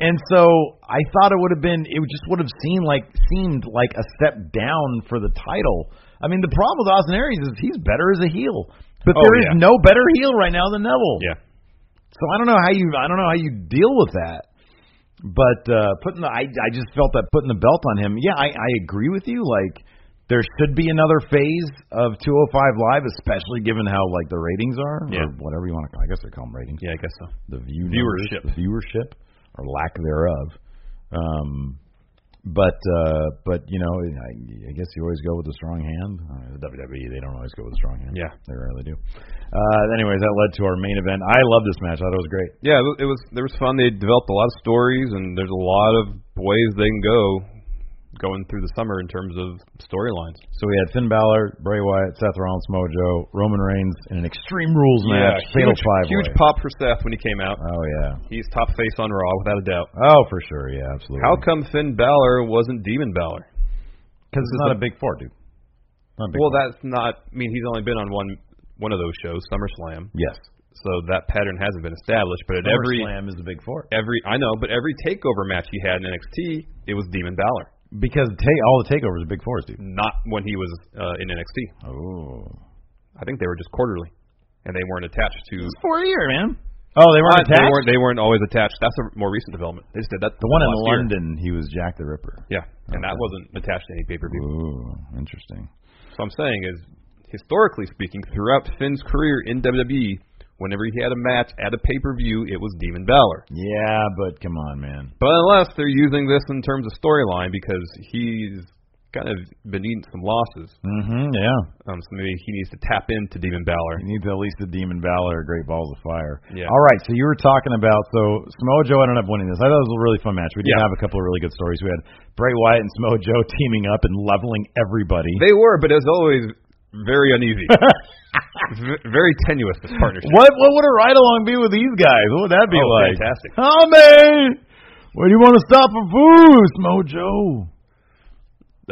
S1: And so I thought it would have been. It just would have seemed like seemed like a step down for the title. I mean, the problem with Austin Aries is he's better as a heel, but
S2: Oh,
S1: there is
S2: yeah.
S1: no better heel right now than Neville.
S2: Yeah.
S1: So I don't know how you I don't know how you deal with that. But uh putting the I I just felt that putting the belt on him. Yeah, I I agree with you. Like there should be another phase of 205 Live, especially given how like the ratings are or
S2: Yeah.
S1: whatever you want to. I guess they call them ratings.
S2: Yeah, I guess so.
S1: The view
S2: Viewership.
S1: numbers, the viewership, or lack thereof. Um, but uh, but you know, I, I guess you always go with a strong hand. Uh, WWE they don't always go with a strong hand.
S2: Yeah.
S1: they rarely do. Uh, anyways, that led to our main event. I love this match. I thought it was great.
S2: Yeah, it was there was fun. They developed a lot of stories, and there's a lot of ways they can go going through the summer in terms of storylines.
S1: So we had Finn Balor, Bray Wyatt, Seth Rollins, Mojo, Roman Reigns in an Extreme Rules match, Fatal
S2: huge,
S1: Five.
S2: huge pop for Seth when he came out.
S1: Oh yeah.
S2: He's top face on Raw without a doubt.
S1: Oh for sure. Yeah, absolutely.
S2: How come Finn Balor wasn't Demon Balor?
S1: Because it's not a big four, dude. Not a big
S2: Well,
S1: four.
S2: that's not. I mean, he's only been on one one of those shows, SummerSlam.
S1: yes.
S2: So that pattern hasn't been established. But at every
S1: Slam is a big four
S2: every I know, but every takeover match he had in NXT, it was Demon Balor,
S1: because ta- all the takeovers are big fours, dude.
S2: not when he was uh, in NXT.
S1: Oh.
S2: I think they were just quarterly, and they weren't attached to.
S1: Four a year, man. Oh, they weren't
S2: But they
S1: attached.
S2: weren't. They weren't always attached. That's a more recent development. They just did that.
S1: the one in
S2: last year.
S1: London, he was Jack the Ripper.
S2: Yeah, and that wasn't attached to any pay per view.
S1: Ooh, interesting.
S2: So I'm saying is, historically speaking, throughout Finn's career in WWE, whenever he had a match at a pay per view, it was Demon Balor.
S1: Yeah, but come on, man.
S2: But unless they're using this in terms of storyline, because he's kind of been eating some losses.
S1: Mm-hmm. Yeah.
S2: Um, so maybe he needs to tap into Demon Balor.
S1: You need at least a Demon Valor or Great Balls of Fire.
S2: Yeah.
S1: All right, so you were talking about so Smojo ended up winning this. I thought it was a really fun match. We did
S2: Yeah.
S1: have a couple of really good stories. We had Bray Wyatt and Smojo teaming up and leveling everybody.
S2: They were, but as always, very uneasy. V- very tenuous this partnership.
S1: <laughs> what what would a ride along be with these guys? What would that be
S2: Oh,
S1: like?
S2: fantastic.
S1: Tommy, where do you want to stop for food, Smojo?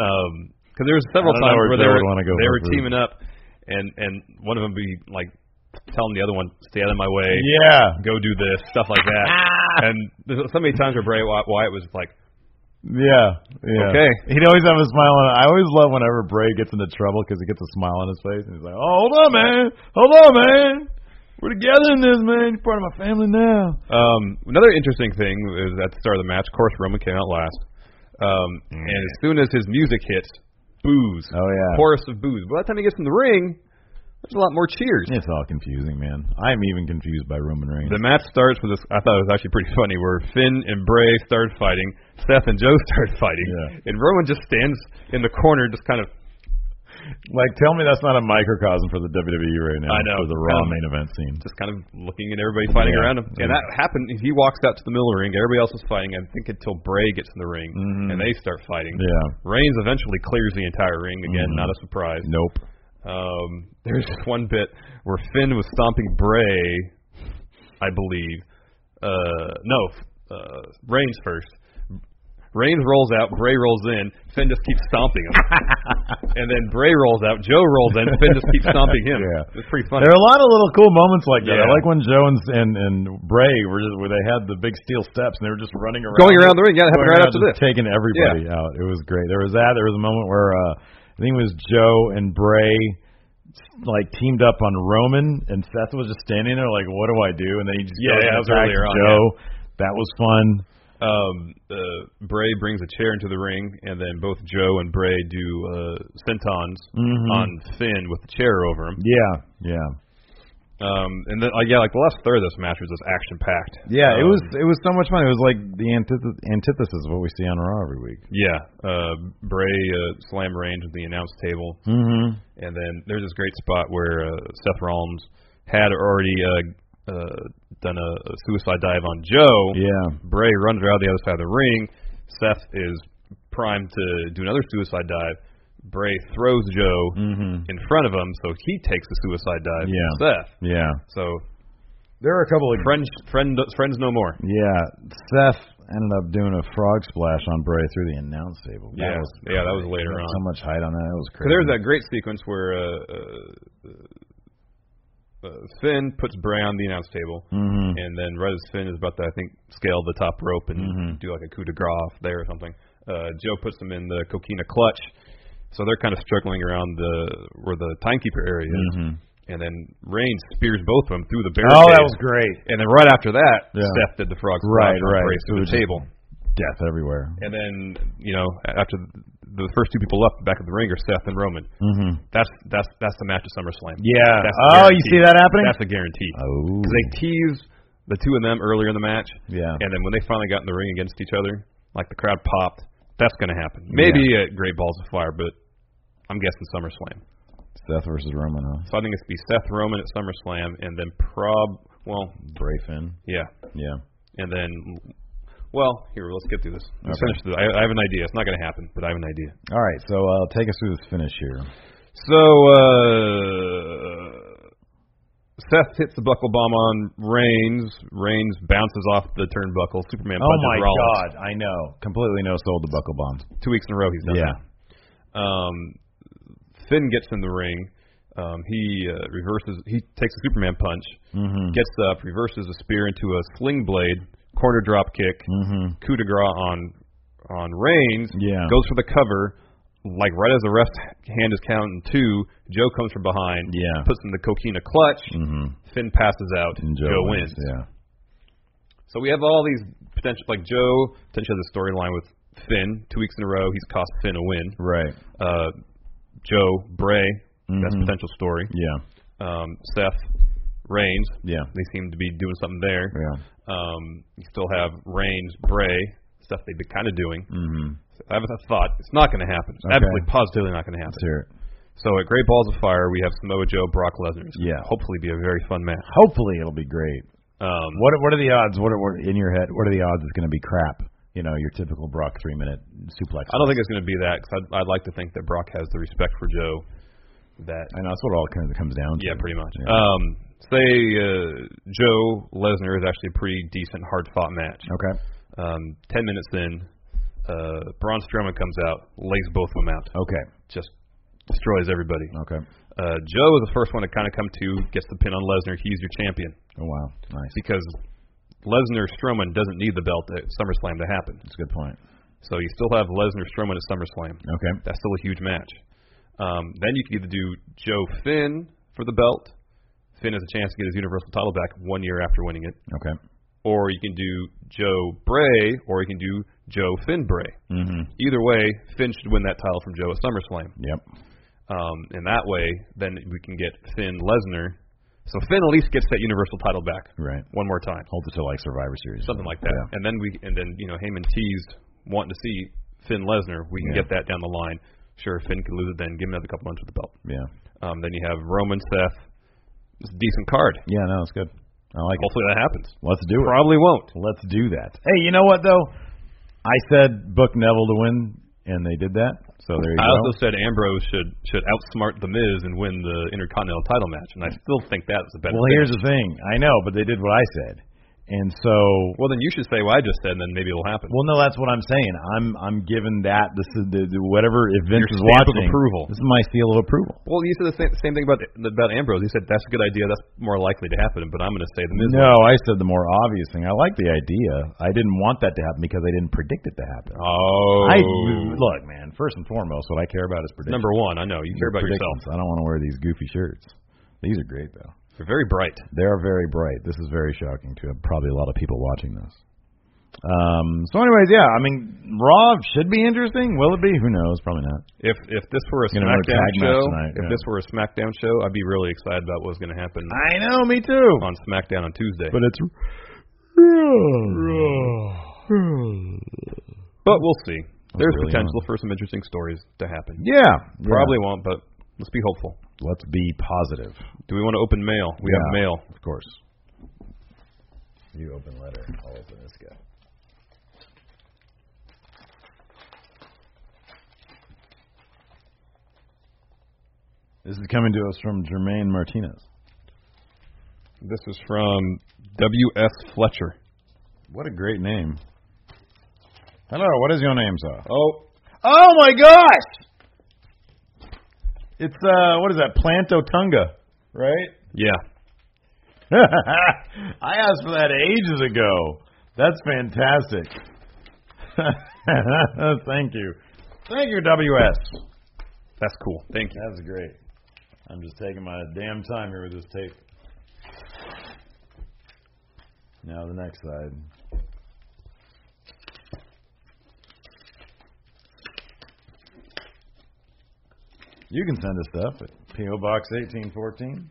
S2: Um 'cause there was several
S1: I don't know
S2: times
S1: where
S2: where
S1: Joe
S2: they were
S1: would wanna go
S2: they
S1: for
S2: were
S1: food.
S2: teaming up, and and one of them be like telling the other one, stay out of my way,
S1: Yeah.
S2: go do this, stuff
S1: <laughs>
S2: like that. and there's so many times where Bray Wy- Wyatt was like,
S1: Yeah, yeah.
S2: Okay.
S1: He'd always have a smile on. I always love whenever Bray gets into trouble because he gets a smile on his face and he's like, "Oh, hold on, man. Hold on, man. We're together in this, man. You're part of my family now."
S2: Um, another interesting thing is at the start of the match, of course, Roman came out last. Um, And as soon as his music hits, boos.
S1: Mm-hmm. Oh, yeah.
S2: Chorus of boos. By the time he gets in the ring, there's a lot more cheers.
S1: It's all confusing, man. I'm even confused by Roman Reigns.
S2: The match starts with this. I thought it was actually pretty <laughs> funny where Finn and Bray started fighting, Seth and Joe <laughs> started fighting,
S1: Yeah.
S2: and Roman just stands in the corner, just kind of.
S1: Like, tell me that's not a microcosm for the WWE right now.
S2: I know.
S1: For the Raw
S2: Um,
S1: main event scene.
S2: Just kind of looking at everybody fighting
S1: Yeah. Mm-hmm.
S2: around him, and
S1: Yeah.
S2: that happened. He walks out to the middle of the ring. Everybody else is fighting. I think until Bray gets in the ring,
S1: Mhm.
S2: and they start fighting.
S1: Yeah.
S2: Reigns eventually clears the entire ring again,
S1: Mhm.
S2: not a surprise.
S1: Nope.
S2: Um, there's this one bit where Finn was stomping Bray, I believe. Uh, no, uh, Reigns first. Reigns rolls out, Bray rolls in, Finn just keeps stomping <laughs> him. and then Bray rolls out, Joe rolls in, Finn just keeps stomping him.
S1: Yeah.
S2: It's pretty funny.
S1: There are a lot of little cool moments like that. I
S2: Yeah.
S1: like when Joe and and, and Bray were just, where they had the big steel steps and they were just running around,
S2: Going around the ring. Yeah, it
S1: going
S2: happened right
S1: around
S2: after
S1: just
S2: this.
S1: taking everybody out. It was great. There was that. There was a moment where uh, I think it was Joe and Bray like teamed up on Roman and Seth was just standing there like, what do I do? And then he just goes
S2: Yeah,
S1: and
S2: yeah, that was
S1: attacks
S2: earlier on,
S1: Joe. That was fun.
S2: um, uh, Bray brings a chair into the ring, and then both Joe and Bray do uh, sentons
S1: Mhm.
S2: on Finn with the chair over him.
S1: Yeah, yeah.
S2: Um, and then, uh, yeah, like the last third of this match was just Um, action packed.
S1: Yeah, it was it was so much fun. It was like the antith- antithesis of what we see on Raw every week.
S2: Yeah, uh, Bray uh, slam Reigns with the announce table,
S1: Mm-hmm.
S2: and then there's this great spot where uh, Seth Rollins had already uh, uh, done a, a suicide dive on Joe.
S1: Yeah.
S2: Bray runs around the other side of the ring. Seth is primed to do another suicide dive. Bray throws Joe
S1: Mm-hmm.
S2: in front of him, so he takes the suicide dive. from
S1: Yeah.
S2: Seth.
S1: Yeah.
S2: So
S1: There are a couple of
S2: friends, friend, friends no more.
S1: yeah. Seth ended up doing a frog splash on Bray through the announce table. That
S2: Yeah.
S1: was
S2: Yeah, that was
S1: crazy.
S2: later
S1: There
S2: on.
S1: So much height on that. That was
S2: Because
S1: crazy.
S2: there's that great sequence where uh, uh, uh, Finn puts Bray on the announce table,
S1: Mm-hmm.
S2: and then right as Finn is about to, I think, scale the top rope and
S1: Mm-hmm.
S2: do like a coup de grace off there or something, uh, Joe puts them in the coquina clutch. So they're kind of struggling around the where the timekeeper area is, and then Reigns spears both of them through the barricade.
S1: Mm-hmm. Oh, that was great.
S2: And then right after that,
S1: Yeah.
S2: Seth did the frog
S1: Right,
S2: splash on
S1: right.
S2: Bray
S1: It
S2: through
S1: was
S2: the
S1: just-
S2: table.
S1: Death everywhere.
S2: And then, you know, after the the first two people left back of the ring are Seth and Roman.
S1: Mm-hmm.
S2: That's that's that's the match of SummerSlam.
S1: Yeah.
S2: That's
S1: oh, you
S2: guaranteed.
S1: see that happening?
S2: That's a guarantee.
S1: oh.
S2: 'Cause they teased the two of them earlier in the match,
S1: yeah.
S2: and then when they finally got in the ring against each other, like the crowd popped. That's going to happen. Maybe at Great Balls of Fire, but I'm guessing SummerSlam.
S1: Seth versus Roman, huh?
S2: So I think it's be Seth Roman at SummerSlam, and then prob well,
S1: Bray Finn.
S2: yeah,
S1: Yeah.
S2: and then well, here let's get through this. Let's
S1: Okay.
S2: finish this. I, I have an idea. It's not going to happen, but I have an idea.
S1: All right. So uh, take us through this finish here.
S2: So uh Seth hits the buckle bomb on Reigns. Reigns bounces off the turnbuckle. Superman
S1: Oh
S2: punches
S1: my
S2: Rollins.
S1: God! I know. Completely no sold the buckle bomb.
S2: Two weeks in a row he's done
S1: Yeah.
S2: that. Um, Finn gets in the ring. Um, he uh, reverses. He takes a Superman punch.
S1: Mm-hmm.
S2: Gets up, reverses a spear into a sling blade, corner drop kick,
S1: Mm-hmm.
S2: coup de grace on on Reigns.
S1: Yeah.
S2: Goes for the cover. Like right as the ref's hand is counting two, Joe comes from behind.
S1: Yeah.
S2: Puts in the coquina clutch.
S1: Mm-hmm.
S2: Finn passes out.
S1: And Joe, wins. Yeah.
S2: So we have all these potential, like Joe potentially has a storyline with Finn. Two weeks in a row, he's cost Finn a win.
S1: Right.
S2: Uh, Joe Bray, that's
S1: Mhm.
S2: potential story.
S1: Yeah.
S2: Um, Seth Reigns,
S1: Yeah.
S2: they seem to be doing something there.
S1: Yeah.
S2: Um, you still have Reigns Bray stuff they've been kind of doing.
S1: Mm-hmm.
S2: I have a thought. It's not going to happen. It's
S1: Okay.
S2: absolutely positively not going to
S1: Let's
S2: happen.
S1: hear it.
S2: So at Great Balls of Fire, we have Samoa Joe, Brock Lesnar. It's gonna
S1: Yeah.
S2: hopefully be a very fun match.
S1: Hopefully it'll be great.
S2: Um,
S1: What What are the odds? What are what, in your head? What are the odds it's going to be crap? You know, your typical Brock three minute suplex.
S2: I don't think it's going to be that because I'd, I'd like to think that Brock has the respect for Joe that
S1: I know that's what it all kind of comes down to.
S2: yeah pretty much.
S1: Yeah.
S2: Um, say uh, Joe Lesnar is actually a pretty decent hard fought match.
S1: okay.
S2: Um, Ten minutes in, uh, Braun Strowman comes out, lays both of them out,
S1: Okay.
S2: just destroys everybody.
S1: Okay.
S2: Uh, Joe is the first one to kind of come to, gets the pin on Lesnar. He's your champion
S1: Oh wow, nice.
S2: because Lesnar Strowman doesn't need the belt at SummerSlam to happen.
S1: That's a good point.
S2: So you still have Lesnar Strowman at SummerSlam.
S1: Okay.
S2: That's still a huge match. Um, then you could either do Joe Finn for the belt. Finn has a chance to get his Universal title back one year after winning it.
S1: Okay.
S2: Or you can do Joe Bray, or you can do Joe Finn Bray.
S1: Mm-hmm.
S2: Either way, Finn should win that title from Joe at SummerSlam.
S1: Yep.
S2: Um, and that way, then we can get Finn Lesnar. So Finn at least gets that Universal title back
S1: Right.
S2: one more time,
S1: Hold it to like Survivor Series.
S2: something like that.
S1: Yeah.
S2: And then we, and then you know, Heyman teased wanting to see Finn Lesnar. We can
S1: Yeah.
S2: get that down the line. Sure, Finn could lose it then. Give him another couple months with the belt.
S1: Yeah.
S2: Um, then you have Roman Seth. It's a decent card.
S1: Yeah. No, that's good. I like it.
S2: Hopefully that happens.
S1: Let's do it.
S2: Probably won't.
S1: Let's do that. Hey, you know what though? I said book Neville to win, and they did that. So there you
S2: I
S1: go.
S2: also said Ambrose should should outsmart the Miz and win the Intercontinental title match, and I still think that is a better.
S1: well,
S2: thing.
S1: here's the thing. I know, but they did what I said, and so
S2: Well, then you should say what I just said, and then maybe it'll happen.
S1: Well, no, that's what I'm saying. I'm I'm giving that this is the, the whatever if Vince
S2: Your
S1: is
S2: stamp of
S1: watching
S2: approval.
S1: This is my seal of approval.
S2: Well, you said the same, same thing about about Ambrose. You said that's a good idea. That's more likely to happen. But I'm going to say the Miz.
S1: No, I said the more obvious thing. I like the idea. I didn't want that to happen because I didn't predict it to happen.
S2: Oh,
S1: I look, man. First and foremost, what I care about is predictions.
S2: number one. I know you care about yourself.
S1: Predictions. I don't want to wear these goofy shirts. These are great though.
S2: You're very bright.
S1: They are very bright. This is very shocking to probably a lot of people watching this. Um, so, anyways, yeah, I mean, Raw should be interesting. Will it be? Who knows? Probably not.
S2: If if this were a
S1: Gonna have a
S2: SmackDown
S1: tag match
S2: show,
S1: tonight,
S2: if
S1: yeah.
S2: this were a SmackDown show, I'd be really excited about what's going to happen
S1: I know, me too.
S2: on SmackDown on Tuesday.
S1: but
S2: But,
S1: it's
S2: we'll see. There's
S1: really
S2: potential for some interesting stories to happen.
S1: yeah,
S2: Probably won't, but let's be hopeful.
S1: Let's be positive.
S2: Do we want to open mail? We have
S1: Yeah.
S2: mail.
S1: of course. You open letter. I'll open this guy. This is coming to us from Jermaine Martinez.
S2: This is from W.S. Fletcher.
S1: What a great name. Hello, what is your name, sir?
S2: Oh,
S1: Oh my gosh! It's uh what is that? Plantotunga, right? <laughs>
S2: yeah.
S1: I asked for that ages ago. That's fantastic. <laughs> Thank you. Thank you, WS.
S2: That's cool. Thank you.
S1: That's great. I'm just taking my damn time here with this tape. Now the next side. You can send us stuff at P.O. Box 1814,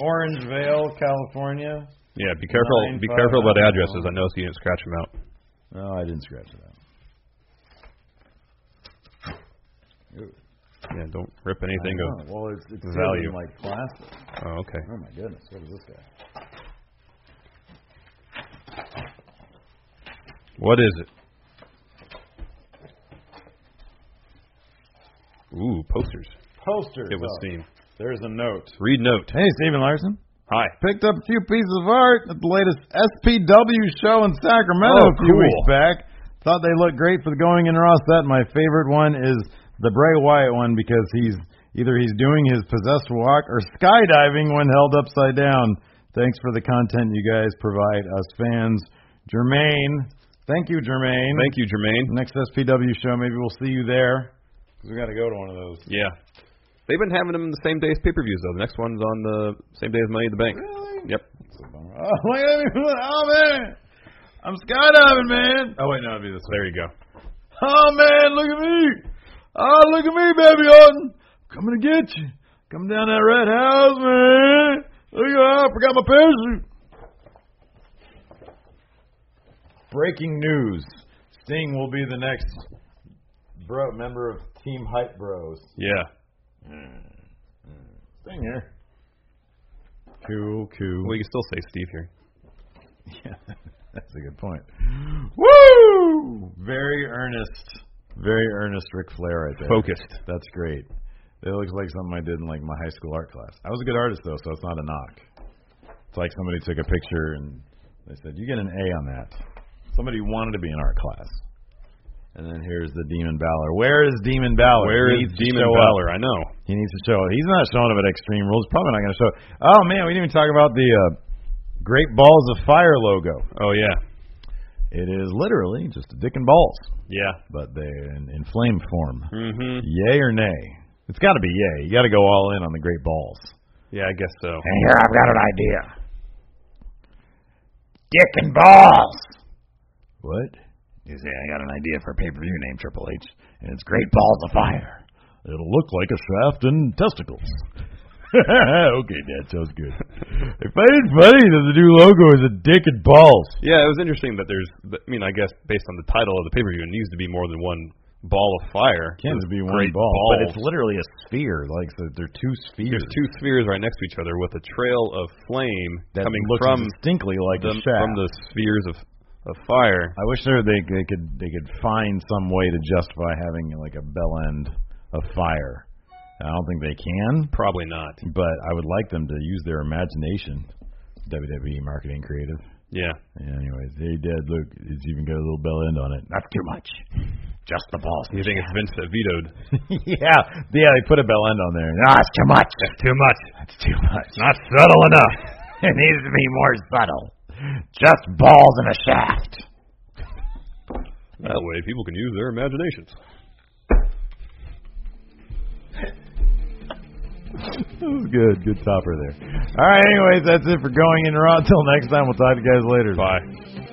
S1: Orangevale, California.
S2: Yeah, be careful.
S1: Nine,
S2: be
S1: five,
S2: careful about
S1: nine,
S2: addresses.
S1: one.
S2: I know so you didn't scratch them out.
S1: No, I didn't scratch it out.
S2: Yeah, don't rip anything.
S1: I
S2: Of,
S1: know. Well, it's, it's sealed
S2: Value.
S1: in, like plastic.
S2: oh, okay.
S1: Oh my goodness, what is this guy?
S2: What is it? Ooh, posters.
S1: Posters.
S2: It would
S1: Oh,
S2: seem.
S1: There's a note.
S2: Read note.
S1: Hey, Stephen Larson.
S2: Hi.
S1: Picked up a few pieces of art at the latest SPW show in Sacramento
S2: Oh,
S1: a few
S2: cool.
S1: weeks back. Thought they looked great for the going in Ross set. My favorite one is the Bray Wyatt one because he's either he's doing his possessed walk or skydiving when held upside down. Thanks for the content you guys provide us fans. Jermaine. Thank you, Jermaine.
S2: Thank you, Jermaine.
S1: Next SPW show, maybe we'll see you there. 'Cause we got to go to one of those.
S2: Yeah. They've been having them in the same day as pay-per-views though. The next one's on the same day as Money in the Bank.
S1: Really?
S2: Yep.
S1: That's a bummer. <laughs> Oh, look at me. Oh, man. I'm skydiving, man. Oh, wait, no, it'd be this
S2: There you go.
S1: Oh, man, look at me. Oh, look at me, baby Orton. Coming to get you. Coming down that red house, man. Look at that. I forgot my parachute. Breaking news. Sting will be the next bro member of Team Hype Bros.
S2: Yeah.
S1: Sting here. Cool, cool.
S2: Well, you can still say Steve here.
S1: Yeah, <laughs> that's a good <gasps> point. Woo! Very earnest, very earnest Ric Flair right there.
S2: Focused.
S1: That's great. It looks like something I did in like my high school art class. I was a good artist though, so it's not a knock. It's like somebody took a picture and they said, "You get an A on that." Somebody wanted to be in art class. And then here's the Demon Balor. Where is Demon Balor?
S2: Where
S1: Oh, He needs
S2: is
S1: to
S2: Demon
S1: show up.
S2: Valor? I know.
S1: He needs to show up. He's not showing up at Extreme Rules. Probably not going to show. up. Oh man, we didn't even talk about the uh, Great Balls of Fire logo.
S2: Oh yeah,
S1: It is literally just a dick and balls,
S2: yeah.
S1: but they're in, in flame form.
S2: hmm
S1: Yay or nay? It's got to be yay. You got to go all in on the Great Balls.
S2: Yeah, I guess so.
S3: And here I've got an idea. Dick and balls.
S1: What?
S3: You see, I got an idea for a pay-per-view named Triple H, and it's Great Balls of Fire.
S1: It'll look like a shaft and testicles. <laughs> okay, Dad, sounds good. I find it funny that the new logo is a dick and balls.
S2: Yeah, it was interesting that there's. I mean, I guess based on the title of the pay per view, it needs to be more than one ball of fire.
S1: Can
S2: There's
S1: be one
S2: great
S1: ball, but
S2: balls.
S1: it's literally a sphere. Like so they're two spheres.
S2: there's two spheres right next to each other with a trail of flame
S1: that
S2: coming
S1: looks
S2: from
S1: distinctly like
S2: the
S1: a shaft.
S2: from the spheres of of fire.
S1: I wish there they they could they could find some way to justify having like a bell end of fire. I don't think they can,
S2: Probably not.
S1: but I would like them to use their imagination. WWE marketing creative.
S2: Yeah.
S1: Yeah, anyways, hey Dad, look, it's even got a little bell end on it.
S3: That's too much. Just the balls.
S2: You think it's Vince that vetoed?
S1: <laughs> yeah, yeah, they put a bell end on there.
S3: No, it's too much. That's too much. That's too much. Not subtle
S1: <laughs>
S3: enough. it needs to be more subtle. Just balls in a shaft.
S2: That way, people can use their imaginations.
S1: That was good, good topper there. All right, anyways, that's it for going in raw. Until next time, we'll talk to you guys later.
S2: Bye.